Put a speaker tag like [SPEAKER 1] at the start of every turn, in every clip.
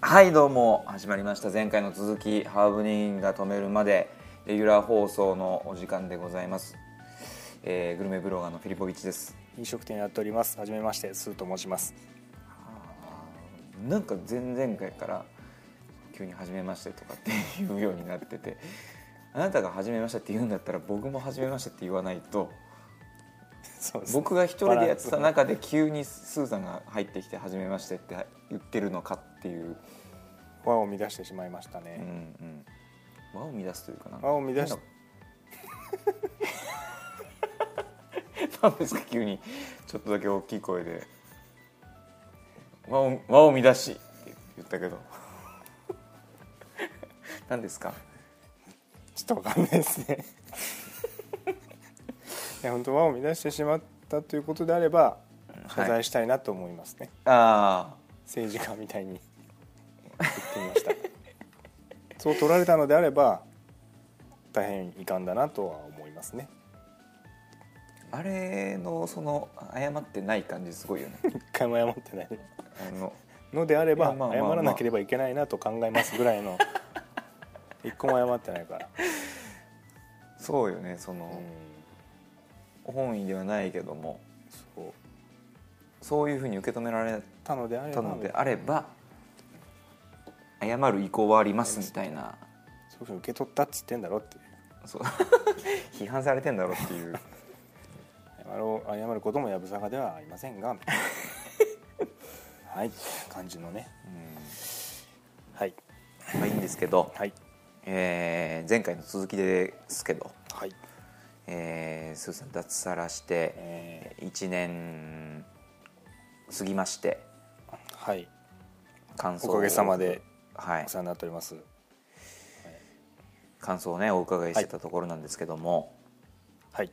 [SPEAKER 1] はいどうも始まりました前回の続きハーブニンが止めるまでレギュラー放送のお時間でございます、えーグルメブロガーのフィリポビッチです
[SPEAKER 2] 飲食店やっておりますはじめましてスーと申します
[SPEAKER 1] なんか前々回から急に「始めまして」とかって言うようになっててあなたが「始めました」って言うんだったら僕も「始めました」って言わないと
[SPEAKER 2] そうですね
[SPEAKER 1] 僕が一人でやってた中で急にスーさんが入ってきて「始めまして」って言ってるのかっていう、
[SPEAKER 2] 輪を乱してしまいました
[SPEAKER 1] うんう
[SPEAKER 2] ね、
[SPEAKER 1] ん、輪を乱すというかなんか
[SPEAKER 2] 輪を乱し
[SPEAKER 1] なんですか急にちょっとだけ大きい声で「和を和を乱し」って言ったけど 何ですか
[SPEAKER 2] ちょっとわかんないです ねいや本当輪を乱してしまったということであれば謝罪したいなと思いますね、
[SPEAKER 1] あ
[SPEAKER 2] 政治家みたいに言ってみました そう取られたのであれば大変遺憾だなとは思いますね
[SPEAKER 1] ああれのその謝ってない感じすごいよね
[SPEAKER 2] 一回も謝ってない
[SPEAKER 1] あの
[SPEAKER 2] のであれ
[SPEAKER 1] い
[SPEAKER 2] ば
[SPEAKER 1] やまあまあ
[SPEAKER 2] 謝
[SPEAKER 1] まあ
[SPEAKER 2] らなければいけないなと考えますぐらいの一個も謝ってないから、
[SPEAKER 1] そうよねそうの、
[SPEAKER 2] ん
[SPEAKER 1] 本意ではないけども
[SPEAKER 2] そう
[SPEAKER 1] そういうふうに受け止められ
[SPEAKER 2] たのであれ
[SPEAKER 1] た
[SPEAKER 2] ば
[SPEAKER 1] のであれば謝る意向はありますみたいな
[SPEAKER 2] そういうふうに受け取ったっつってんだろっていう
[SPEAKER 1] そう 批判されてんだろうっていう。
[SPEAKER 2] 謝ろう謝ることもやぶさかではありません がはい感じのね
[SPEAKER 1] うん
[SPEAKER 2] はい
[SPEAKER 1] まあいいんですけど、
[SPEAKER 2] はい
[SPEAKER 1] えー前回の続きですけど、
[SPEAKER 2] はい
[SPEAKER 1] えー、スーさん脱サラして
[SPEAKER 2] え
[SPEAKER 1] 1年過ぎまして
[SPEAKER 2] ーはい
[SPEAKER 1] 感想を
[SPEAKER 2] おかげさまで
[SPEAKER 1] はい
[SPEAKER 2] お世話になっております
[SPEAKER 1] 感想をねお伺いしてたところなんですけども
[SPEAKER 2] はい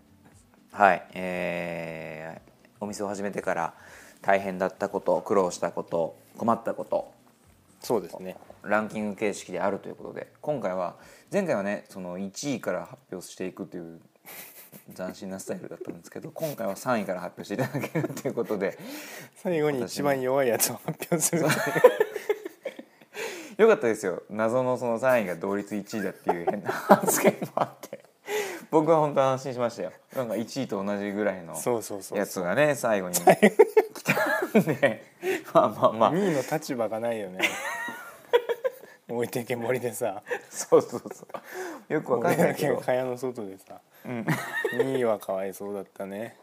[SPEAKER 1] はい、えーお店を始めてから大変だったこと苦労したこと困ったこと
[SPEAKER 2] そうですね
[SPEAKER 1] ランキング形式であるということで今回は前回はねその1位から発表していくという斬新なスタイルだったんですけど今回は3位から発表していただけるということで
[SPEAKER 2] 最後に一番弱いやつを発表 する
[SPEAKER 1] よかったですよ謎のその3位が同率1位だっていう変な発言もあって僕は本当安心しましたよなんか1位と同じぐらいの
[SPEAKER 2] そうそうそう
[SPEAKER 1] やつがね最後に来たんでまあまあまあ
[SPEAKER 2] 2位の立場がない よね置いてけぼりでさ
[SPEAKER 1] そうそうそうよくわか
[SPEAKER 2] 俺
[SPEAKER 1] んな
[SPEAKER 2] だ
[SPEAKER 1] いけ
[SPEAKER 2] け
[SPEAKER 1] ど
[SPEAKER 2] 蚊帳の外でさ、2位はかわいそうだったね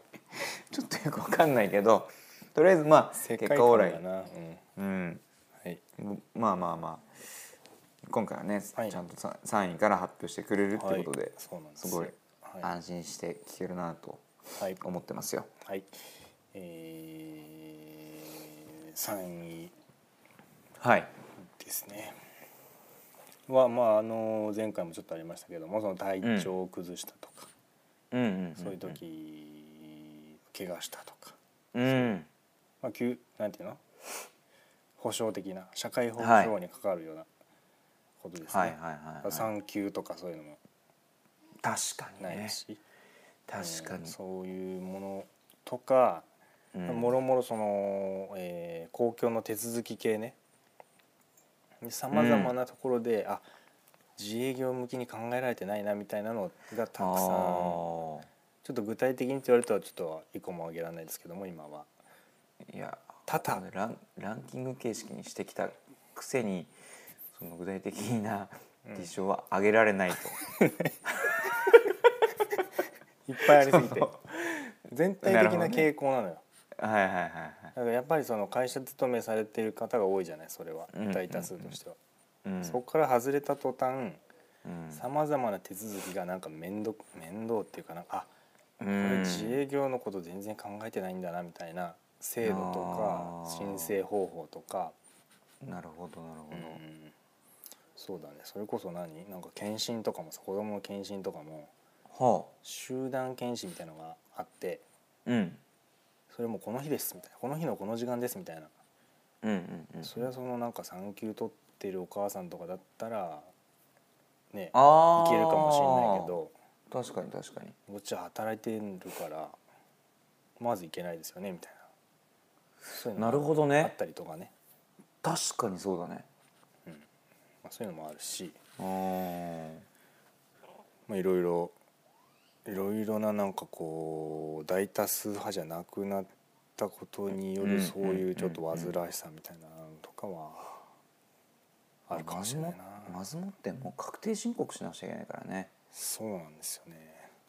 [SPEAKER 1] ちょっとよくわかんないけどとりあえずまあ
[SPEAKER 2] 世
[SPEAKER 1] 結
[SPEAKER 2] 界
[SPEAKER 1] 果
[SPEAKER 2] 観
[SPEAKER 1] オーラ
[SPEAKER 2] だ
[SPEAKER 1] イ
[SPEAKER 2] な、うん
[SPEAKER 1] うん
[SPEAKER 2] はい
[SPEAKER 1] まあまあまあ今回はね、
[SPEAKER 2] はい
[SPEAKER 1] ちゃんとさ3位から発表してくれるっていうことで、
[SPEAKER 2] はいそうなんですよ
[SPEAKER 1] ごい
[SPEAKER 2] はい
[SPEAKER 1] 安心して聞けるなと
[SPEAKER 2] はい、
[SPEAKER 1] 思ってますよ。
[SPEAKER 2] はい、えー、3位
[SPEAKER 1] はい、
[SPEAKER 2] ですねはまああの前回もちょっとありましたけどもその体調を崩したとか、
[SPEAKER 1] うんうんんん
[SPEAKER 2] そういう、時怪我したとか、
[SPEAKER 1] うん、
[SPEAKER 2] まあ、急なんていうの保障的な社会保障に関わるようなことですね、
[SPEAKER 1] はいはいはい、はい、
[SPEAKER 2] 産休とかそういうのも
[SPEAKER 1] 確かに
[SPEAKER 2] ない
[SPEAKER 1] ね
[SPEAKER 2] ですし、
[SPEAKER 1] 確か
[SPEAKER 2] うん
[SPEAKER 1] に、
[SPEAKER 2] そういうものとか
[SPEAKER 1] うん
[SPEAKER 2] もろもろその、えー公共の手続き系ねさまざまなところで、あ自営業向きに考えられてないなみたいなのがたくさんちょっと具体的にって言われるとはちょっと一個も挙げられないですけども今 は
[SPEAKER 1] あーいや
[SPEAKER 2] 多々
[SPEAKER 1] このランランキング形式にしてきたくせにその具体的な事象は挙げられない と、
[SPEAKER 2] いっぱいありすぎて全体
[SPEAKER 1] なる
[SPEAKER 2] 的
[SPEAKER 1] ほど
[SPEAKER 2] な
[SPEAKER 1] ね
[SPEAKER 2] 傾向なのよ
[SPEAKER 1] はいはいはいはい
[SPEAKER 2] だからやっぱりその会社勤めされている方が多いじゃないそれは
[SPEAKER 1] うん
[SPEAKER 2] 大多数としては、
[SPEAKER 1] うん
[SPEAKER 2] そこから外れた途端
[SPEAKER 1] うん
[SPEAKER 2] さまざまな手続きがなんか面倒面倒っていうかなんかあ
[SPEAKER 1] こ
[SPEAKER 2] これ自営業のこと全然考えてないんだなみたいな制度と
[SPEAKER 1] あ
[SPEAKER 2] か
[SPEAKER 1] ー
[SPEAKER 2] 申請方法とか、
[SPEAKER 1] なるほどなるほ
[SPEAKER 2] う
[SPEAKER 1] ど、
[SPEAKER 2] んそうだねそれこそ何なんか検診とかもさ子供の検診とかも
[SPEAKER 1] は
[SPEAKER 2] 集団検診みたいなのがあって
[SPEAKER 1] あうん
[SPEAKER 2] それもこの日ですみたいなこの日のこの時間ですみたいな、
[SPEAKER 1] うんうんうん
[SPEAKER 2] それはそのなんか産休取ってるお母さんとかだったらねい
[SPEAKER 1] あー
[SPEAKER 2] けるかもしれないけど
[SPEAKER 1] 確かに確かに
[SPEAKER 2] こっちは働いてるからまずいけないですよねみたいなそういうのが
[SPEAKER 1] なるほどね
[SPEAKER 2] あったりとかね
[SPEAKER 1] 確かにそうだね
[SPEAKER 2] そういうのもあるし、
[SPEAKER 1] あー
[SPEAKER 2] まあ、いろいろいろいろななんかこう大多数派じゃなくなったことによ
[SPEAKER 1] うん
[SPEAKER 2] るそう
[SPEAKER 1] うんうんうん
[SPEAKER 2] いううんちょっと煩わしさみたいなのとかはあるかもしれないな。
[SPEAKER 1] まずもってもう確定申告しなくちゃいけないから ね
[SPEAKER 2] そうなんですよね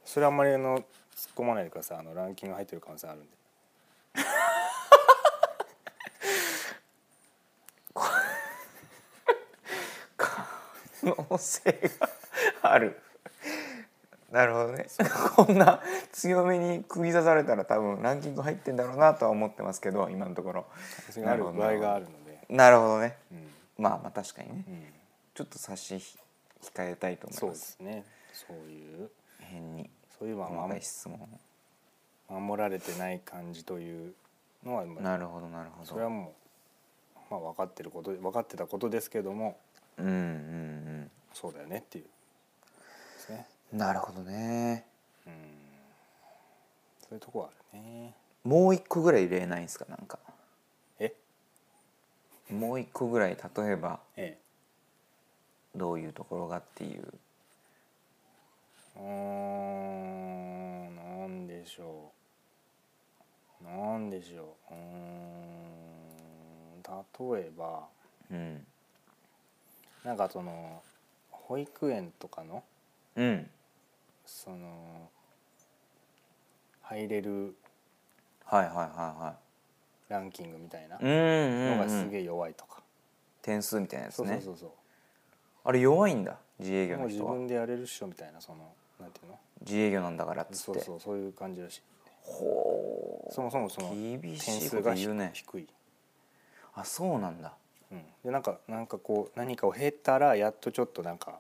[SPEAKER 2] それあんまりあの突っ込まないでくださいあのランキング入ってる可能性あるんで
[SPEAKER 1] 可能性があるなるほどねこんな強めに釘刺されたら多分ランキング入ってんだろうなとは思ってますけど今のところ
[SPEAKER 2] それがある
[SPEAKER 1] なるほ
[SPEAKER 2] 場
[SPEAKER 1] ど
[SPEAKER 2] 合があるので、
[SPEAKER 1] なるほどね
[SPEAKER 2] うん
[SPEAKER 1] まあまあ確かにね
[SPEAKER 2] うん、
[SPEAKER 1] ちょっと差し控えたいと思い
[SPEAKER 2] そう
[SPEAKER 1] ま
[SPEAKER 2] ですすねそういう
[SPEAKER 1] 変に
[SPEAKER 2] そういうまあ
[SPEAKER 1] 細か
[SPEAKER 2] 守
[SPEAKER 1] い質問
[SPEAKER 2] 守られてない感じというのはまあ
[SPEAKER 1] なるほどなるほ
[SPEAKER 2] それは
[SPEAKER 1] ど
[SPEAKER 2] もう、まあ、分かってることで分かってたことですけども
[SPEAKER 1] うんうん
[SPEAKER 2] そうだよねっていうですね
[SPEAKER 1] うんなるほどね
[SPEAKER 2] うんそういうとこはあるね
[SPEAKER 1] もう一個ぐらい入れないんですかなんか
[SPEAKER 2] え
[SPEAKER 1] もう一個ぐらい例えば
[SPEAKER 2] ええ
[SPEAKER 1] どういうところがっていう
[SPEAKER 2] うーんなんでしょうなんでしょううーん例えば
[SPEAKER 1] うん
[SPEAKER 2] なんかその保育園とかの
[SPEAKER 1] うん
[SPEAKER 2] その入れる
[SPEAKER 1] はいはいはいはい
[SPEAKER 2] ランキングみたいな
[SPEAKER 1] うんうん
[SPEAKER 2] の
[SPEAKER 1] うん
[SPEAKER 2] がすげえ弱いとか、
[SPEAKER 1] 点数みたいなやつ
[SPEAKER 2] そう
[SPEAKER 1] ね
[SPEAKER 2] そうそうそう
[SPEAKER 1] あれ弱いんだ自営業
[SPEAKER 2] もう
[SPEAKER 1] の
[SPEAKER 2] 自
[SPEAKER 1] 人は
[SPEAKER 2] 分でやれるっしょみたいなそのなんていうの
[SPEAKER 1] 自営業なんだからっつって
[SPEAKER 2] そうそうそういう感じらしい
[SPEAKER 1] ほう
[SPEAKER 2] そもそもその
[SPEAKER 1] 厳
[SPEAKER 2] 点
[SPEAKER 1] しい
[SPEAKER 2] 数
[SPEAKER 1] こ
[SPEAKER 2] が
[SPEAKER 1] と
[SPEAKER 2] ひ
[SPEAKER 1] 言うね
[SPEAKER 2] 低い、
[SPEAKER 1] あそうなんだ
[SPEAKER 2] うん、でなんかなんかこう何かを経たらやっとちょっとなんか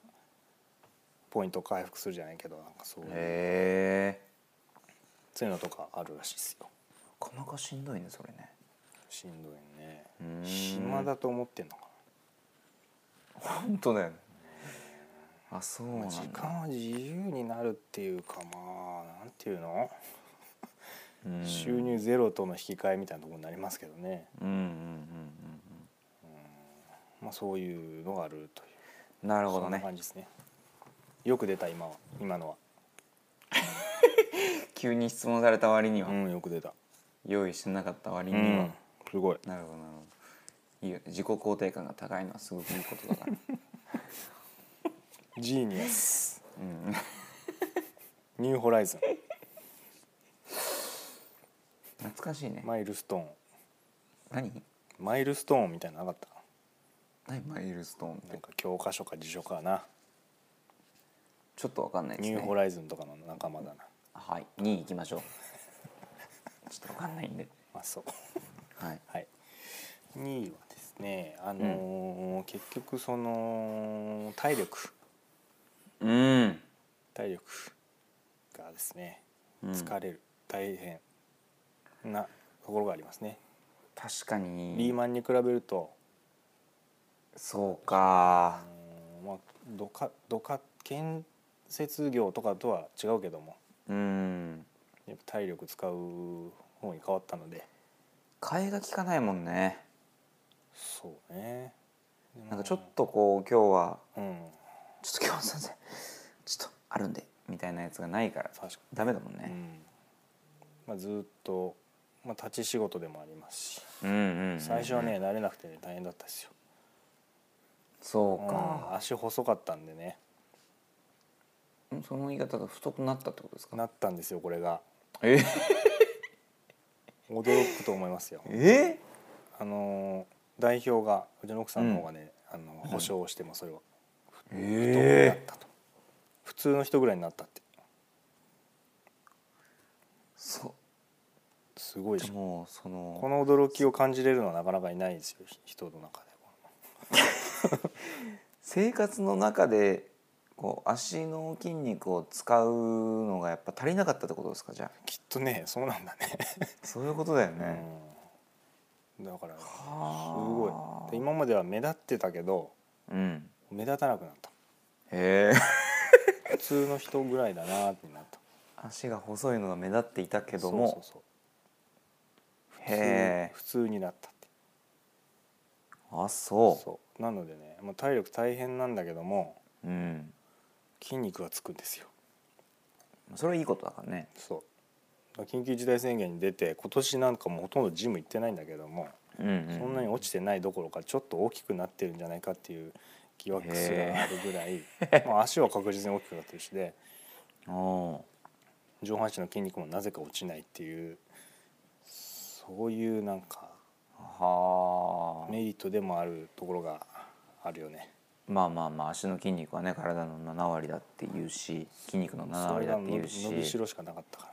[SPEAKER 2] ポイント回復するじゃないけどなんかそういう
[SPEAKER 1] へえ
[SPEAKER 2] そういうのとかあるらしいですよ
[SPEAKER 1] なかなかしんどいねそれね
[SPEAKER 2] しんどいね
[SPEAKER 1] うーん
[SPEAKER 2] 暇だと思ってんのか
[SPEAKER 1] 本当だよねあそう
[SPEAKER 2] な、
[SPEAKER 1] なん
[SPEAKER 2] ま
[SPEAKER 1] だ
[SPEAKER 2] あ時間は自由になるっていうかまあなんていうの、
[SPEAKER 1] うん
[SPEAKER 2] 収入ゼロとの引き換えみたいなところになりますけどね
[SPEAKER 1] うんうんうん
[SPEAKER 2] まあそういうのがあるという
[SPEAKER 1] うんなるほ
[SPEAKER 2] そ
[SPEAKER 1] ど
[SPEAKER 2] んな
[SPEAKER 1] ね
[SPEAKER 2] 感じですねよく出た今は今のは
[SPEAKER 1] 急に質問された割には、
[SPEAKER 2] うんよく出た
[SPEAKER 1] 用意してなかった割には、
[SPEAKER 2] すごい
[SPEAKER 1] なるほどなるほどいいよ自己肯定感が高いのはすごくいいこと だから
[SPEAKER 2] ジーニアス
[SPEAKER 1] うん
[SPEAKER 2] ニューホライズ
[SPEAKER 1] 懐かしいね、
[SPEAKER 2] ンマイルストーン
[SPEAKER 1] 何
[SPEAKER 2] マイルストーンみたいなのなかっ
[SPEAKER 1] 何マイルストーンった
[SPEAKER 2] なん
[SPEAKER 1] て
[SPEAKER 2] か教科書か辞書かな
[SPEAKER 1] ちょっとわかんないです
[SPEAKER 2] ニ
[SPEAKER 1] ね
[SPEAKER 2] ューホライズンとかの仲間だな
[SPEAKER 1] はい2位いきましょう ちょっとわかんないんで
[SPEAKER 2] まあそう
[SPEAKER 1] はい
[SPEAKER 2] はい2位はですねあのー結局その体力
[SPEAKER 1] うん
[SPEAKER 2] 体力がですね
[SPEAKER 1] うん
[SPEAKER 2] 疲れる、大変なところがありますね、
[SPEAKER 1] 確か
[SPEAKER 2] リ
[SPEAKER 1] に
[SPEAKER 2] ーマンに比べると、
[SPEAKER 1] そうか
[SPEAKER 2] うんまあどかどか建設業とかとは違うけども
[SPEAKER 1] うん
[SPEAKER 2] やっぱ体力使う方に変わったので
[SPEAKER 1] 替えが利かないもんね
[SPEAKER 2] そうね
[SPEAKER 1] なんかちょっとこう今日は
[SPEAKER 2] うん
[SPEAKER 1] ちょっと今日はすいませんちょっとあるんでみたいなやつがないから
[SPEAKER 2] 確か
[SPEAKER 1] ダメだもん
[SPEAKER 2] に、う
[SPEAKER 1] ね、
[SPEAKER 2] んまあ、ずっと、まあ、立ち仕事でもありますし
[SPEAKER 1] うん、うんうんうん
[SPEAKER 2] 最初はね慣れなくてね大変だったですよ、
[SPEAKER 1] そう
[SPEAKER 2] うん
[SPEAKER 1] か、
[SPEAKER 2] 足細かったんでね
[SPEAKER 1] んその言い方が太くなったってことですか
[SPEAKER 2] なったんですよこれが
[SPEAKER 1] え
[SPEAKER 2] 驚くと思いますよ
[SPEAKER 1] え
[SPEAKER 2] あの代表がうちの奥さんの方がね、あの保証をしてもそれは太くなっ
[SPEAKER 1] ええ
[SPEAKER 2] たと、普通の人ぐらいになったって
[SPEAKER 1] そ
[SPEAKER 2] すごいうで
[SPEAKER 1] じ
[SPEAKER 2] し
[SPEAKER 1] ゃあ
[SPEAKER 2] ょ
[SPEAKER 1] もうその
[SPEAKER 2] この驚きを感じれるのはなかなかいないですよ人の中で
[SPEAKER 1] 生活の中でこう足の筋肉を使うのがやっぱ足りなかったってことですかじゃあ
[SPEAKER 2] きっとねそうなんだね
[SPEAKER 1] そういうことだよね、
[SPEAKER 2] うん、だからすご
[SPEAKER 1] はい
[SPEAKER 2] で今までは目立ってたけど
[SPEAKER 1] うん
[SPEAKER 2] 目立たなくなった
[SPEAKER 1] へえ
[SPEAKER 2] 普通の人ぐらいだなってなった
[SPEAKER 1] 足が細いのが目立っていたけども
[SPEAKER 2] そうそうそう普通
[SPEAKER 1] へえ
[SPEAKER 2] 普通になったって
[SPEAKER 1] あそう
[SPEAKER 2] そなのでねもう体力大変なんだけども
[SPEAKER 1] うん
[SPEAKER 2] 筋肉がつくんですよ
[SPEAKER 1] それはいいことだからね
[SPEAKER 2] そう緊急事態宣言に出て今年なんかもうほとんどジム行ってないんだけども、
[SPEAKER 1] うんうん
[SPEAKER 2] そんなに落ちてないどころかちょっと大きくなってるんじゃないかっていう疑惑すらあるぐらい、まあ、足は確実に大きくなってるしで
[SPEAKER 1] お
[SPEAKER 2] 上半身の筋肉もなぜか落ちないっていうそういうなんか
[SPEAKER 1] ーはあ、
[SPEAKER 2] メリットでもあるところがあるよね。
[SPEAKER 1] まあまあまあ足の筋肉はね体の7割だって言うし筋肉の7
[SPEAKER 2] そ
[SPEAKER 1] 割
[SPEAKER 2] れ
[SPEAKER 1] だ
[SPEAKER 2] が
[SPEAKER 1] って
[SPEAKER 2] 伸
[SPEAKER 1] 言う
[SPEAKER 2] び
[SPEAKER 1] し
[SPEAKER 2] 伸びしろしかなかったか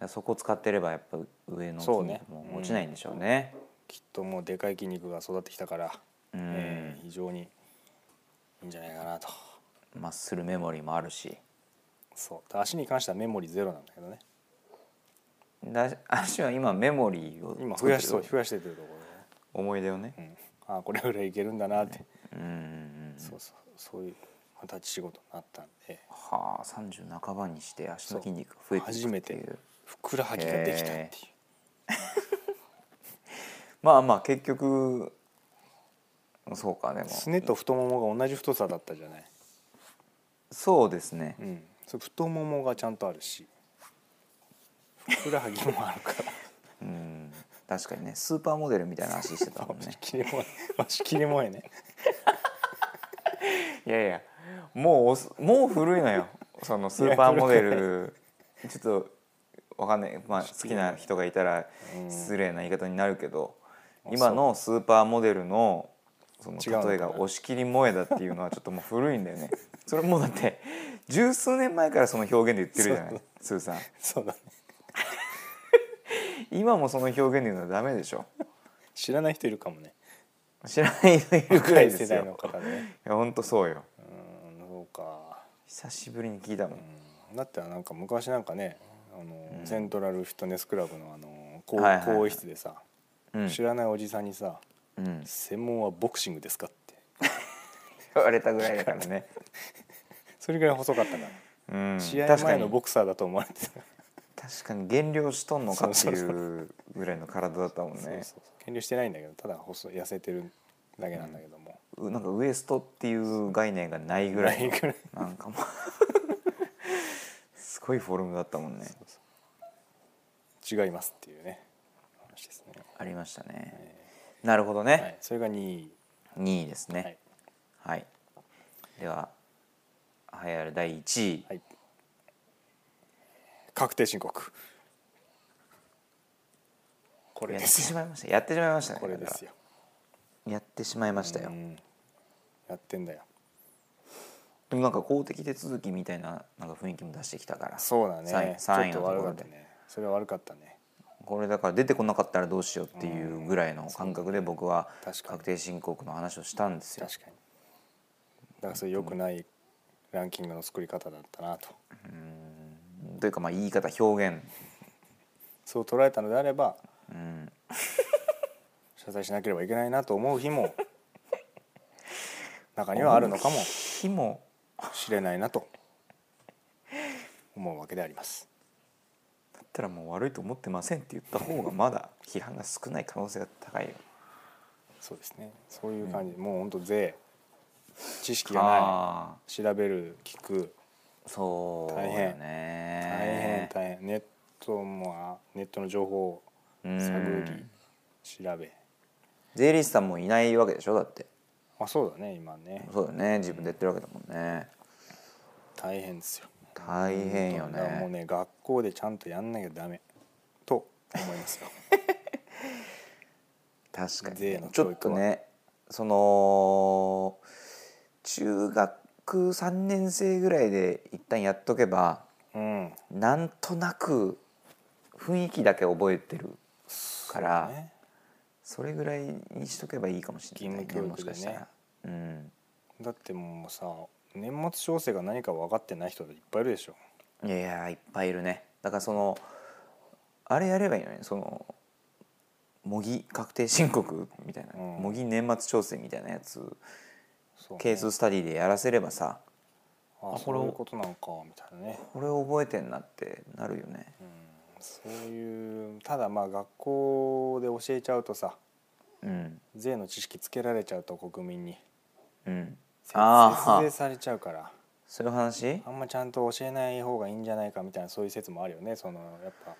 [SPEAKER 2] ら
[SPEAKER 1] そこ使ってればやっぱ上の筋
[SPEAKER 2] そうね
[SPEAKER 1] 肉も落ちないんでしょうね
[SPEAKER 2] きっともうでかい筋肉が育ってきたから、
[SPEAKER 1] うん
[SPEAKER 2] えー非常にいいんじゃないかなと
[SPEAKER 1] マッスルメモリーもあるし
[SPEAKER 2] そう足に関してはメモリーゼロなんだけどね
[SPEAKER 1] だ足は今メモリーを
[SPEAKER 2] 今
[SPEAKER 1] 作
[SPEAKER 2] 増
[SPEAKER 1] ってる
[SPEAKER 2] やしそう増やしてってるところ
[SPEAKER 1] 思い出をね
[SPEAKER 2] でね、うん、ああこれぐらいいけるんだなって、
[SPEAKER 1] うんうんうん
[SPEAKER 2] そうそうそういう二十歳仕事になったんで
[SPEAKER 1] はあ30半ばにして足の筋肉が増えてい
[SPEAKER 2] 初
[SPEAKER 1] くっ
[SPEAKER 2] め
[SPEAKER 1] てい
[SPEAKER 2] て
[SPEAKER 1] う
[SPEAKER 2] ふくらはぎができたっていう
[SPEAKER 1] へまあまあ結局そうかでも
[SPEAKER 2] すねと太ももが同じ太さだったじゃない、
[SPEAKER 1] そうですね
[SPEAKER 2] うん、それ太ももがちゃんとあるしふくらはぎもある から
[SPEAKER 1] うん確かにねスーパーモデルみたいな足してたもんね
[SPEAKER 2] 切れもえ足切れもえね
[SPEAKER 1] いやいやもうおすもう古いのよそのスーパーモデルちょっとわかんない、まあ、好きな人がいたら
[SPEAKER 2] うん
[SPEAKER 1] 失礼な言い方になるけど、
[SPEAKER 2] うん
[SPEAKER 1] 今のスーパーモデルのその
[SPEAKER 2] 違うのかな
[SPEAKER 1] 例えが「押し切り萌え」だっていうのはちょっともう古いんだよねそれもうだって十数年前からその表現で言ってるじゃないスーさん
[SPEAKER 2] そうだね
[SPEAKER 1] 今もその表現で言うのはダメでしょ
[SPEAKER 2] 知らない人いるかもね
[SPEAKER 1] 知らない人いるく
[SPEAKER 2] 若
[SPEAKER 1] らい
[SPEAKER 2] い
[SPEAKER 1] で
[SPEAKER 2] 世
[SPEAKER 1] す
[SPEAKER 2] 代の
[SPEAKER 1] よ
[SPEAKER 2] 方でね
[SPEAKER 1] いやほんとそうよ
[SPEAKER 2] うんそうか、
[SPEAKER 1] 久しぶりに聞いたもん
[SPEAKER 2] うん、だってなんか昔なんかねあの、セントラルフィットネスクラブのあの更
[SPEAKER 1] はいはいはい
[SPEAKER 2] 更衣室でさ、
[SPEAKER 1] うん、
[SPEAKER 2] 知らないおじさんにさ
[SPEAKER 1] うん
[SPEAKER 2] 「専門はボクシングですか?」って
[SPEAKER 1] 言われたぐらいだからね、
[SPEAKER 2] それぐらい細かったから、
[SPEAKER 1] うん、
[SPEAKER 2] 試合
[SPEAKER 1] 確か
[SPEAKER 2] 前の
[SPEAKER 1] に
[SPEAKER 2] ボクサーだと思われてた、
[SPEAKER 1] 確かに減量しとんのかって
[SPEAKER 2] そう
[SPEAKER 1] い
[SPEAKER 2] そう
[SPEAKER 1] うぐらいの体だったもん
[SPEAKER 2] そうそう
[SPEAKER 1] ね
[SPEAKER 2] そう減量してないんだけどただ細い痩せてるだけなんだけども、
[SPEAKER 1] うなんかウエストっていう概念がないぐらいの
[SPEAKER 2] ないぐらい
[SPEAKER 1] なんかもう すごいフォルムだったもんね
[SPEAKER 2] 違いますっていうね話ですね、
[SPEAKER 1] ありましたねなるほどね、
[SPEAKER 2] はい、それが2位、
[SPEAKER 1] 2位です
[SPEAKER 2] は
[SPEAKER 1] ね
[SPEAKER 2] い
[SPEAKER 1] はい、では栄えある第1位、
[SPEAKER 2] はい、確定申告これ
[SPEAKER 1] やっ
[SPEAKER 2] で
[SPEAKER 1] て
[SPEAKER 2] す
[SPEAKER 1] し
[SPEAKER 2] よ
[SPEAKER 1] まいましたやってしまいましたね
[SPEAKER 2] これですよ
[SPEAKER 1] やってしまいましたよ、
[SPEAKER 2] うんやってんだよ
[SPEAKER 1] でもなんか公的手続きみたいななんか雰囲気も出してきたから
[SPEAKER 2] そう
[SPEAKER 1] 3
[SPEAKER 2] だね
[SPEAKER 1] 位三位
[SPEAKER 2] ちょ
[SPEAKER 1] の
[SPEAKER 2] っ
[SPEAKER 1] と
[SPEAKER 2] と悪
[SPEAKER 1] こ
[SPEAKER 2] か
[SPEAKER 1] ろ
[SPEAKER 2] った
[SPEAKER 1] で、
[SPEAKER 2] ねそれは悪かったね
[SPEAKER 1] これだから出てこなかったらどうしようっていうぐらいの感覚で僕は
[SPEAKER 2] 確かに
[SPEAKER 1] 確定申告の話をしたんですよ
[SPEAKER 2] 確かにだからそれ良くないランキングの作り方だったなと
[SPEAKER 1] というかまあ言い方表現
[SPEAKER 2] そう捉えたのであれば
[SPEAKER 1] うん
[SPEAKER 2] 謝罪しなければいけないなと思う日も中にはあるのかも
[SPEAKER 1] 日も
[SPEAKER 2] しれないなと思うわけであります
[SPEAKER 1] だったらもう悪いと思ってませんって言った方がまだ批判が少ない可能性が高いよ
[SPEAKER 2] そうですねそういう感じ、もうほんと税知識がな
[SPEAKER 1] あ
[SPEAKER 2] い調べる聞く
[SPEAKER 1] あそうだ
[SPEAKER 2] 大変大変
[SPEAKER 1] ね
[SPEAKER 2] 大変ネットもあネットの情報を
[SPEAKER 1] うん
[SPEAKER 2] 探り調べ
[SPEAKER 1] 税理士さんもいないわけでしょだって
[SPEAKER 2] あそうだね今ね
[SPEAKER 1] そうだよね自分でやってるわけだもんね
[SPEAKER 2] 大変ですよ
[SPEAKER 1] 大変よ
[SPEAKER 2] だからもう
[SPEAKER 1] ね
[SPEAKER 2] ね学校でちゃんとやんなきゃダメと思います よ
[SPEAKER 1] 確かに
[SPEAKER 2] 税
[SPEAKER 1] ね
[SPEAKER 2] の
[SPEAKER 1] ちょ
[SPEAKER 2] 教育は
[SPEAKER 1] っとねその中学3年生ぐらいで一旦やっとけば
[SPEAKER 2] うん
[SPEAKER 1] なんとなく雰囲気だけ覚えてるから
[SPEAKER 2] そうね
[SPEAKER 1] それぐらいにしとけばいいかもしれないね
[SPEAKER 2] 義務教育でね
[SPEAKER 1] もしかしたら、うん、
[SPEAKER 2] だってもうさ年末調整が何か分かってない人いっぱいいるでしょ
[SPEAKER 1] いやいやいっぱいいるねだからそのあれやればいいのにその模擬確定申告みたいな、
[SPEAKER 2] うん
[SPEAKER 1] 模擬年末調整みたいなやつ
[SPEAKER 2] そうね
[SPEAKER 1] ケーススタディでやらせればさ
[SPEAKER 2] あ
[SPEAKER 1] あ
[SPEAKER 2] そ
[SPEAKER 1] これを
[SPEAKER 2] ういうことなのかみたいなね
[SPEAKER 1] これ覚えてんなってなるよね、
[SPEAKER 2] そういうただまあ学校で教えちゃうとさ
[SPEAKER 1] うん
[SPEAKER 2] 税の知識つけられちゃうと国民に
[SPEAKER 1] うん
[SPEAKER 2] せ
[SPEAKER 1] あー
[SPEAKER 2] 節税されちゃうから
[SPEAKER 1] そういう話
[SPEAKER 2] あんまちゃんと教えない方がいいんじゃないかみたいなそういう説もあるよねそのやっぱ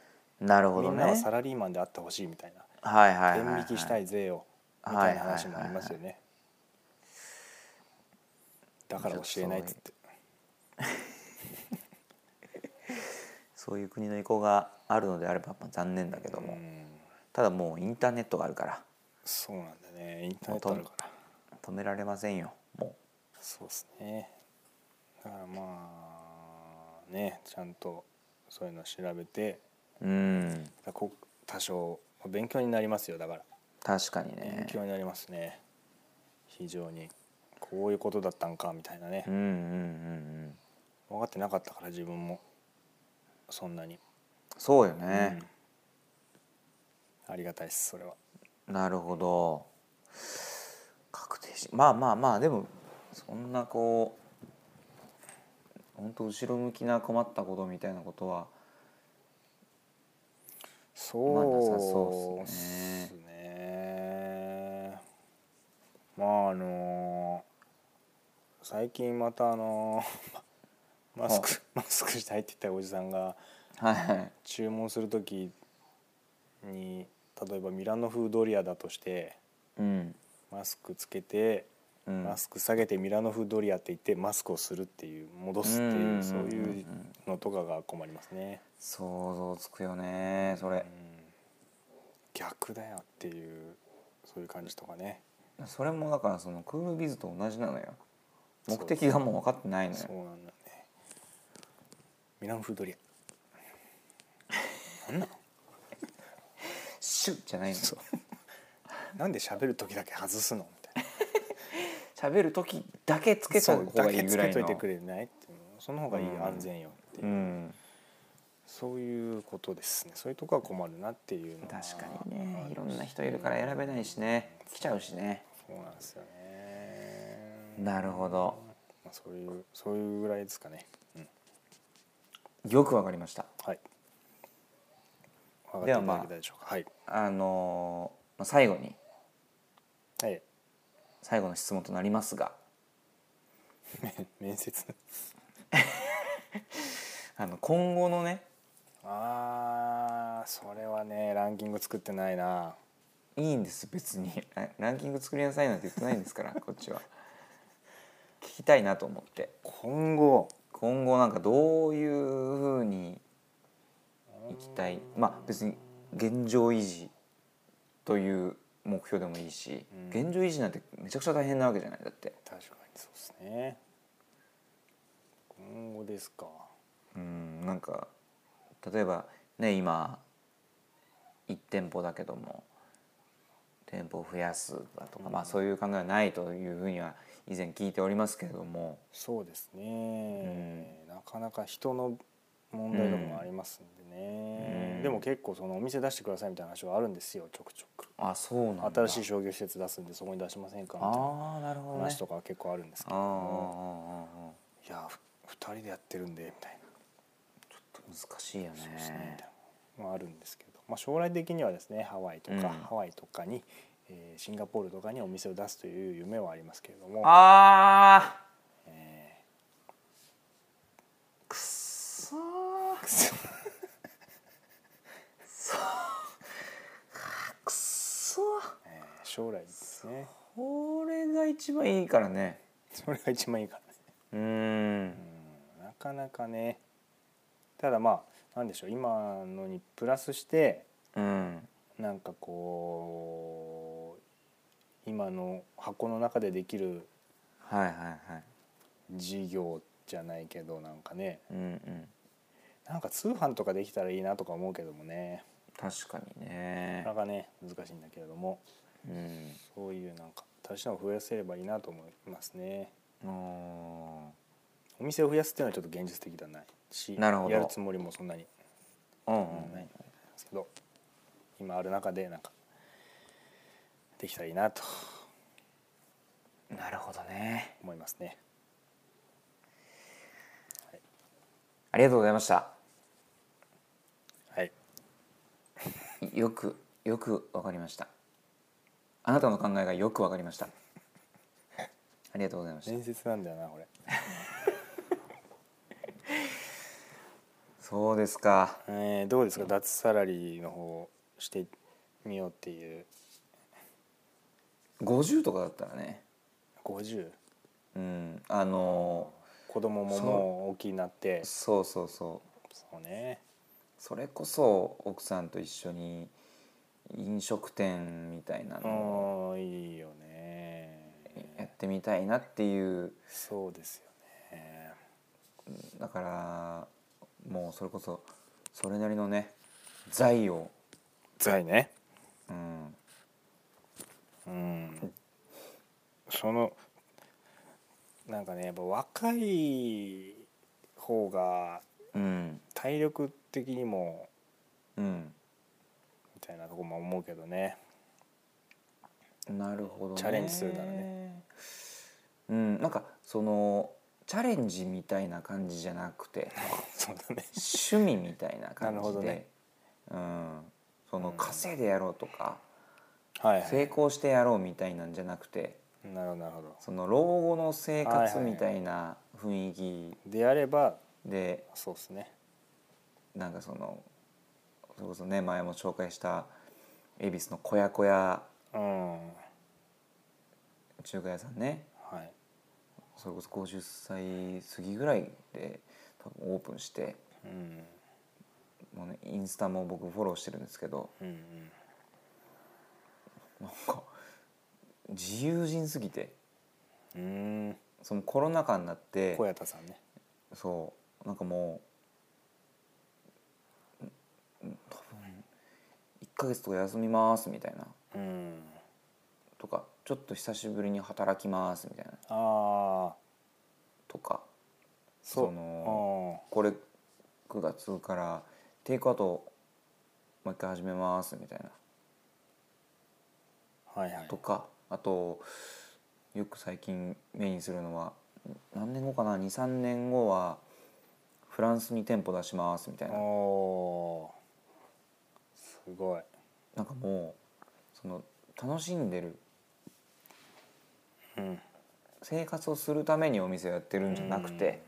[SPEAKER 1] なるほ
[SPEAKER 2] み
[SPEAKER 1] ど
[SPEAKER 2] ん
[SPEAKER 1] ね
[SPEAKER 2] な
[SPEAKER 1] は
[SPEAKER 2] はいサラリーマンであってほしいみたいな
[SPEAKER 1] はいはい
[SPEAKER 2] 天
[SPEAKER 1] はい
[SPEAKER 2] 引きしたい税をみ
[SPEAKER 1] は
[SPEAKER 2] た
[SPEAKER 1] い
[SPEAKER 2] いな話もありますよねだから教えないっつって
[SPEAKER 1] そういう国の意向があるのであれば、まあ、残念だけども、
[SPEAKER 2] うん
[SPEAKER 1] ただもうインターネットがあるから
[SPEAKER 2] そうなんだねインターネットあるから
[SPEAKER 1] 止められませんよも
[SPEAKER 2] そうですねだからまあねちゃんとそういうの調べて
[SPEAKER 1] ううん
[SPEAKER 2] だこ多少勉強になりますよだから
[SPEAKER 1] 確かにね
[SPEAKER 2] 勉強になりますね非常にこういうことだったんかみたいなね
[SPEAKER 1] うんうんうんうん
[SPEAKER 2] 分かってなかったから自分もそんなに、
[SPEAKER 1] そうよね、
[SPEAKER 2] うんありがたいですそれは
[SPEAKER 1] なるほど確定しまあまあまあでもそんなこう本当後ろ向きな困ったことみたいなことは
[SPEAKER 2] そう
[SPEAKER 1] うっすね
[SPEAKER 2] っすねまああのー最近またあのー マスクマスクしたいって言ったおじさんが
[SPEAKER 1] はいはい
[SPEAKER 2] 注文する時に例えばミラノ風ドリアだとして
[SPEAKER 1] うん、
[SPEAKER 2] マスクつけて、
[SPEAKER 1] うん、
[SPEAKER 2] マスク下げてミラノ風ドリアって言ってマスクをするっていう戻すって
[SPEAKER 1] うんうんうん
[SPEAKER 2] いううんそういうのとかが困りますね。
[SPEAKER 1] 想像つくよねそれ
[SPEAKER 2] 逆だよっていうそういう感じとかね。
[SPEAKER 1] それもだからそのクールビズと同じなのよ
[SPEAKER 2] そう
[SPEAKER 1] 目的がもう分かってないの
[SPEAKER 2] そう
[SPEAKER 1] よ
[SPEAKER 2] なんだよね。ミラノ風ドリア。なんなの
[SPEAKER 1] シュッじゃないの
[SPEAKER 2] そうなんで喋る時だけ外すのみたいな。
[SPEAKER 1] 喋る時だけつけ た
[SPEAKER 2] そう
[SPEAKER 1] 方がいい
[SPEAKER 2] だけ
[SPEAKER 1] ぐ
[SPEAKER 2] つ
[SPEAKER 1] ら
[SPEAKER 2] け
[SPEAKER 1] い
[SPEAKER 2] とい
[SPEAKER 1] の
[SPEAKER 2] てくれないっていうのその方がいい、
[SPEAKER 1] うん
[SPEAKER 2] 安全よっていう
[SPEAKER 1] う、ん
[SPEAKER 2] そういうことですね。そういうとこは困るなっていうのは
[SPEAKER 1] 確かにねいろんな人いるから選べないしね来ちゃうしね
[SPEAKER 2] そうなんですよね。
[SPEAKER 1] なるほど
[SPEAKER 2] まあそういうそういうぐらいですかね。うん、
[SPEAKER 1] よくわかりました
[SPEAKER 2] はい。
[SPEAKER 1] ではまあ
[SPEAKER 2] 分かっていただけたでしょうか。はい。
[SPEAKER 1] あのーまあ最後に
[SPEAKER 2] はい。
[SPEAKER 1] 最後の質問となりますが
[SPEAKER 2] め面接。
[SPEAKER 1] あの今後のね
[SPEAKER 2] ああ、それはね、ランキング作ってないな。
[SPEAKER 1] いいんです別に ラランキング作りなさいなんて言ってないんですから こっちは聞きたいなと思って
[SPEAKER 2] 今後。
[SPEAKER 1] 今後なんかどういうふうにいきたいまあ別に現状維持という目標でもいいし、
[SPEAKER 2] うん
[SPEAKER 1] 現状維持なんてめちゃくちゃ大変なわけじゃないだって
[SPEAKER 2] 確かにそうですね。今後ですか。
[SPEAKER 1] うんなんか例えばね今1店舗だけども店舗を増やすだとか、まあそういう考えはないというふうには以前聞いておりますけれども
[SPEAKER 2] そうですね。なかなか人の問題とかもありますんでね。
[SPEAKER 1] うん
[SPEAKER 2] でも結構そのお店出してくださいみたいな話はあるんですよ。ちょくちょく。
[SPEAKER 1] あそうなんだ
[SPEAKER 2] 新しい商業施設出すんでそこに出しませんかみたいな
[SPEAKER 1] ああなるほどね
[SPEAKER 2] 話とかは結構あるんですけ
[SPEAKER 1] あーあ
[SPEAKER 2] ど
[SPEAKER 1] ー
[SPEAKER 2] も
[SPEAKER 1] あーあー
[SPEAKER 2] いやふ2人でやってるんでみたいな
[SPEAKER 1] 難しいよ
[SPEAKER 2] そうですねみ
[SPEAKER 1] ね
[SPEAKER 2] たいなのもあるんですけど、まあ、将来的にはですねハワイとか、
[SPEAKER 1] うん
[SPEAKER 2] ハワイとかに、えーシンガポールとかにお店を出すという夢はありますけれども、
[SPEAKER 1] ああ
[SPEAKER 2] え
[SPEAKER 1] くっそー
[SPEAKER 2] ーそ
[SPEAKER 1] くっそー
[SPEAKER 2] えー将来ですね
[SPEAKER 1] これが一番いいからね
[SPEAKER 2] それが一番いいからね、
[SPEAKER 1] うーん
[SPEAKER 2] うん、なかなかねただまあなんでしょう今のにプラスして
[SPEAKER 1] うん
[SPEAKER 2] なんかこう今の箱の中でできる
[SPEAKER 1] はいはいはい
[SPEAKER 2] 事業じゃないけどなんかね
[SPEAKER 1] うんうん
[SPEAKER 2] なんか通販とかできたらいいなとか思うけどもね
[SPEAKER 1] 確かに
[SPEAKER 2] な
[SPEAKER 1] ね
[SPEAKER 2] かなかね難しいんだけれども
[SPEAKER 1] うん
[SPEAKER 2] そういうなんか新しいのを増やせればいいなと思いますね
[SPEAKER 1] あ
[SPEAKER 2] お店を増やすっていうのはちょっと現実的ではないし
[SPEAKER 1] なるほど
[SPEAKER 2] やるつもりもそんなに
[SPEAKER 1] ーうんうん
[SPEAKER 2] ないんですけど今ある中でなんかできたらいいなと
[SPEAKER 1] うんなるほどね
[SPEAKER 2] 思いますね
[SPEAKER 1] ありがとうございました
[SPEAKER 2] はい
[SPEAKER 1] よくよくわかりましたあなたの考えがよくわかりましたありがとうございました
[SPEAKER 2] 伝説なんだよなこれ
[SPEAKER 1] そうですか
[SPEAKER 2] えーどうですか脱サラリーの方してみようっていう
[SPEAKER 1] 50とかだったらね
[SPEAKER 2] 50
[SPEAKER 1] うんあの
[SPEAKER 2] 子供ももう大きくなって
[SPEAKER 1] そうそうそう
[SPEAKER 2] そうね
[SPEAKER 1] それこそ奥さんと一緒に飲食店みたいな
[SPEAKER 2] う
[SPEAKER 1] のを
[SPEAKER 2] んいいよね
[SPEAKER 1] やってみたいなっていう
[SPEAKER 2] そうですよね
[SPEAKER 1] だからもうそれこそそれなりのね財を、
[SPEAKER 2] 財ね
[SPEAKER 1] うん、
[SPEAKER 2] うんそのなんかねやっぱ若い方が
[SPEAKER 1] うん
[SPEAKER 2] 体力的にも
[SPEAKER 1] うん
[SPEAKER 2] みたいなとこも思うけどね
[SPEAKER 1] なるほど、ね、
[SPEAKER 2] チャレンジするならね
[SPEAKER 1] うんなんかそのチャレンジみたいな感じじゃなくて
[SPEAKER 2] そうだね
[SPEAKER 1] 趣味みたいな感
[SPEAKER 2] なるほ
[SPEAKER 1] じ
[SPEAKER 2] ど
[SPEAKER 1] で、
[SPEAKER 2] ね
[SPEAKER 1] うんその
[SPEAKER 2] うん
[SPEAKER 1] 稼いでやろうとか、
[SPEAKER 2] はい、はい、
[SPEAKER 1] 成功してやろうみたいなんじゃなくて
[SPEAKER 2] なるほどなるほど
[SPEAKER 1] その老後の生
[SPEAKER 2] はいはい
[SPEAKER 1] 活
[SPEAKER 2] はい
[SPEAKER 1] みたいな雰囲気
[SPEAKER 2] であれば
[SPEAKER 1] で
[SPEAKER 2] そうですね
[SPEAKER 1] なんかそのそれこそね前も紹介した恵比寿のこやこや
[SPEAKER 2] うんは
[SPEAKER 1] 中華屋さんね
[SPEAKER 2] い
[SPEAKER 1] それこそ50歳過ぎぐらいで多分オープンして
[SPEAKER 2] うん
[SPEAKER 1] もう、ね、インスタも僕フォローしてるんですけど
[SPEAKER 2] うんうん
[SPEAKER 1] なんか自由人すぎて
[SPEAKER 2] うーん
[SPEAKER 1] そのコロナ禍になって
[SPEAKER 2] 小谷さんね
[SPEAKER 1] そうなんかもうんうん多分1ヶ月とか休みますみたいな
[SPEAKER 2] うん
[SPEAKER 1] とかちょっと久しぶりに働きますみたいな
[SPEAKER 2] ああ
[SPEAKER 1] とか
[SPEAKER 2] そう
[SPEAKER 1] そのこれ9月からテイクアウトもう一回始めますみたいな
[SPEAKER 2] あーはいはい
[SPEAKER 1] とかあとよく最近目にするのは何年後かな23年後はフランスに店舗出しますみたいな
[SPEAKER 2] おーすごい
[SPEAKER 1] なんかもうその楽しんでる
[SPEAKER 2] うん
[SPEAKER 1] 生活をするためにお店をやってるんじゃなくて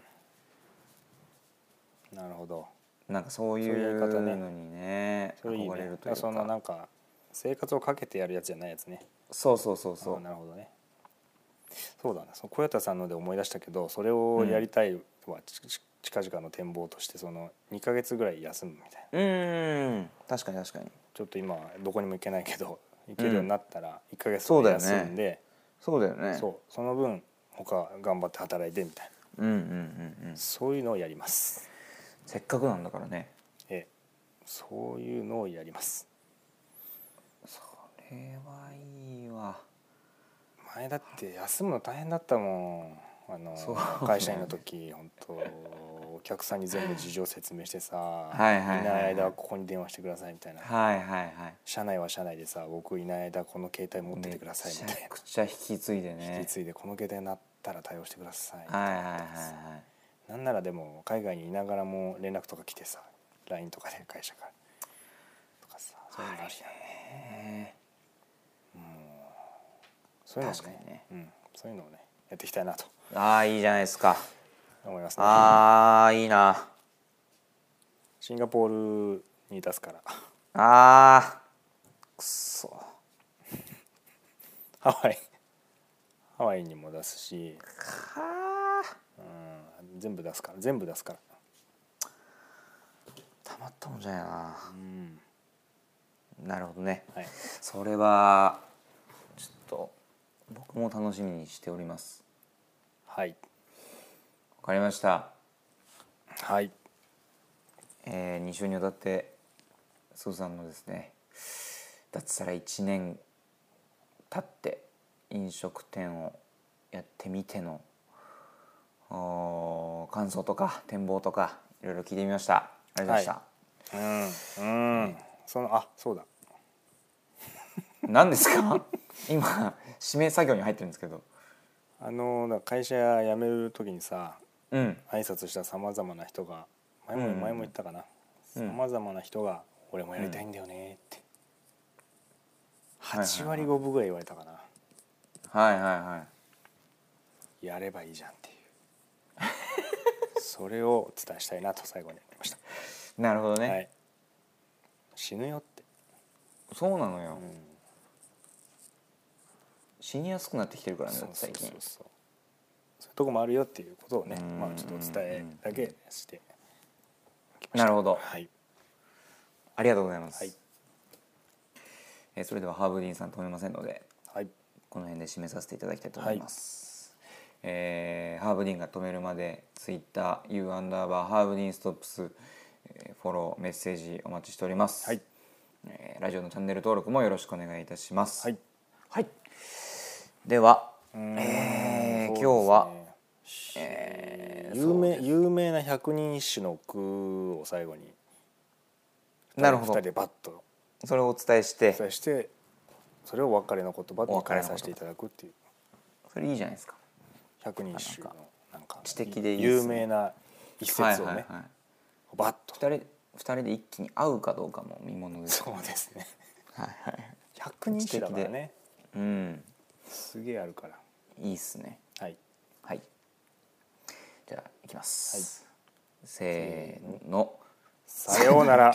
[SPEAKER 2] なるほど
[SPEAKER 1] なんかそうい
[SPEAKER 2] そういう
[SPEAKER 1] う
[SPEAKER 2] やり方ね
[SPEAKER 1] のにね
[SPEAKER 2] それいいね
[SPEAKER 1] 憧れる
[SPEAKER 2] だ
[SPEAKER 1] と
[SPEAKER 2] か
[SPEAKER 1] いうか
[SPEAKER 2] らそのなんか生活をかけてやるやつじゃないやつね
[SPEAKER 1] そうそうそう
[SPEAKER 2] そ
[SPEAKER 1] そうう
[SPEAKER 2] なるほどねそうだなその小谷田さんので思い出したけどそれをやりたいは、ちち近々の展望としてその2ヶ月ぐらい休むみたいな
[SPEAKER 1] うーん確かに確かに
[SPEAKER 2] ちょっと今どこにも行けないけど行けるようになったら1ヶ月
[SPEAKER 1] そうだよね
[SPEAKER 2] 休んで、
[SPEAKER 1] そうだよね
[SPEAKER 2] そうその分他頑張って働いてみたいな
[SPEAKER 1] うんうんうんうん
[SPEAKER 2] そういうのをやります
[SPEAKER 1] せっかくなんだからね
[SPEAKER 2] ええそういうのをやります
[SPEAKER 1] それはいいわ
[SPEAKER 2] 前だって休むの大変だったもんあの
[SPEAKER 1] そうだよね
[SPEAKER 2] 会社員の時本当お客さんに全部事情説明してさ
[SPEAKER 1] いはいはいはい
[SPEAKER 2] いない間はここに電話してくださいみたいな
[SPEAKER 1] はいはいはい
[SPEAKER 2] 社内は社内でさ僕いない間この携帯持っててくださいみた
[SPEAKER 1] めち
[SPEAKER 2] い
[SPEAKER 1] ゃくちゃ引き継いで
[SPEAKER 2] な
[SPEAKER 1] ね
[SPEAKER 2] 引き継いでこの携帯になったら対応してくださいみたい
[SPEAKER 1] はい
[SPEAKER 2] な
[SPEAKER 1] はいはいはい
[SPEAKER 2] なんならでも海外にいながらも連絡とか来てさ LINE とかで会社からとかさそういうのもあるじゃん
[SPEAKER 1] ね
[SPEAKER 2] そういうのを
[SPEAKER 1] 確かにね
[SPEAKER 2] うん、そういうのをねやっていきたいなと
[SPEAKER 1] ああいいじゃないですか
[SPEAKER 2] 思いますね
[SPEAKER 1] ああいいな
[SPEAKER 2] シンガポールに出すから
[SPEAKER 1] あーくそ
[SPEAKER 2] ハワイハワイにも出すし、
[SPEAKER 1] はあ
[SPEAKER 2] うん、全部出すから全部出すから
[SPEAKER 1] たまったもんじゃないな
[SPEAKER 2] うん
[SPEAKER 1] なるほどね
[SPEAKER 2] はい
[SPEAKER 1] それはちょっと僕も楽しみにしております
[SPEAKER 2] はい
[SPEAKER 1] わかりました
[SPEAKER 2] はい
[SPEAKER 1] えー、2週にわたってスーさんのですね脱サラ1年経って飲食店をやってみてのおー感想とか展望とかいろいろ聞いてみましたありがとうございました、
[SPEAKER 2] うんうんそのあそうだ
[SPEAKER 1] 何ですか 今指名作業に入ってるんですけど
[SPEAKER 2] あのだから会社辞める時にさ
[SPEAKER 1] うん
[SPEAKER 2] 挨拶したさまざまな人が前も
[SPEAKER 1] うん
[SPEAKER 2] 前も言ったかな
[SPEAKER 1] うん
[SPEAKER 2] さまざまな人が「俺もやりたいんだよね」って「
[SPEAKER 1] はいはい
[SPEAKER 2] 8割5分ぐらい言われたかな、
[SPEAKER 1] はいはいは
[SPEAKER 2] やればいいじゃんっていう それをお伝えしたいなと最後に思いました、
[SPEAKER 1] いなるほどね、
[SPEAKER 2] はい、死ぬよって、
[SPEAKER 1] そうなのよ、
[SPEAKER 2] うん
[SPEAKER 1] 死にやすくなってきてるからね
[SPEAKER 2] そうそ
[SPEAKER 1] 最
[SPEAKER 2] うそう
[SPEAKER 1] 近
[SPEAKER 2] そうそういうとこもあるよっていうことをね
[SPEAKER 1] うん
[SPEAKER 2] まあちょっとお伝えだけして
[SPEAKER 1] なるほど
[SPEAKER 2] はい
[SPEAKER 1] ありがとうございます、
[SPEAKER 2] はい
[SPEAKER 1] えーそれではハーブディーンさん止めませんので
[SPEAKER 2] はい
[SPEAKER 1] この辺で締めさせていただきたいと思います、えーハーブディーンが止めるまでツイッター U アンダーバーハーブディーンストップスえーフォローメッセージお待ちしております、
[SPEAKER 2] はい
[SPEAKER 1] えーラジオのチャンネル登録もよろしくお願いいたします
[SPEAKER 2] はい、
[SPEAKER 1] はいでは、
[SPEAKER 2] うん
[SPEAKER 1] えー
[SPEAKER 2] そうですね
[SPEAKER 1] 今日は
[SPEAKER 2] え
[SPEAKER 1] えー
[SPEAKER 2] ー有名有名な百人一首の句を最後に
[SPEAKER 1] なるほど
[SPEAKER 2] 二人でバッと
[SPEAKER 1] それをお伝えして
[SPEAKER 2] お伝えしてそれをお別れの言葉
[SPEAKER 1] お
[SPEAKER 2] と
[SPEAKER 1] 別れ
[SPEAKER 2] 変
[SPEAKER 1] の
[SPEAKER 2] えさせていただくっていう
[SPEAKER 1] それいいじゃないですか
[SPEAKER 2] 百人一首のなんか
[SPEAKER 1] 知的でいいですね
[SPEAKER 2] 有名な一節をね、
[SPEAKER 1] はいはいはい、
[SPEAKER 2] バッと
[SPEAKER 1] 2人二人で一気に会うかどうかも見ものです
[SPEAKER 2] そうですね
[SPEAKER 1] はいはい
[SPEAKER 2] 百人一首だからね
[SPEAKER 1] うん
[SPEAKER 2] すげえあるから
[SPEAKER 1] いいっすね
[SPEAKER 2] はい
[SPEAKER 1] はいじゃあいきます、せーの
[SPEAKER 2] さようなら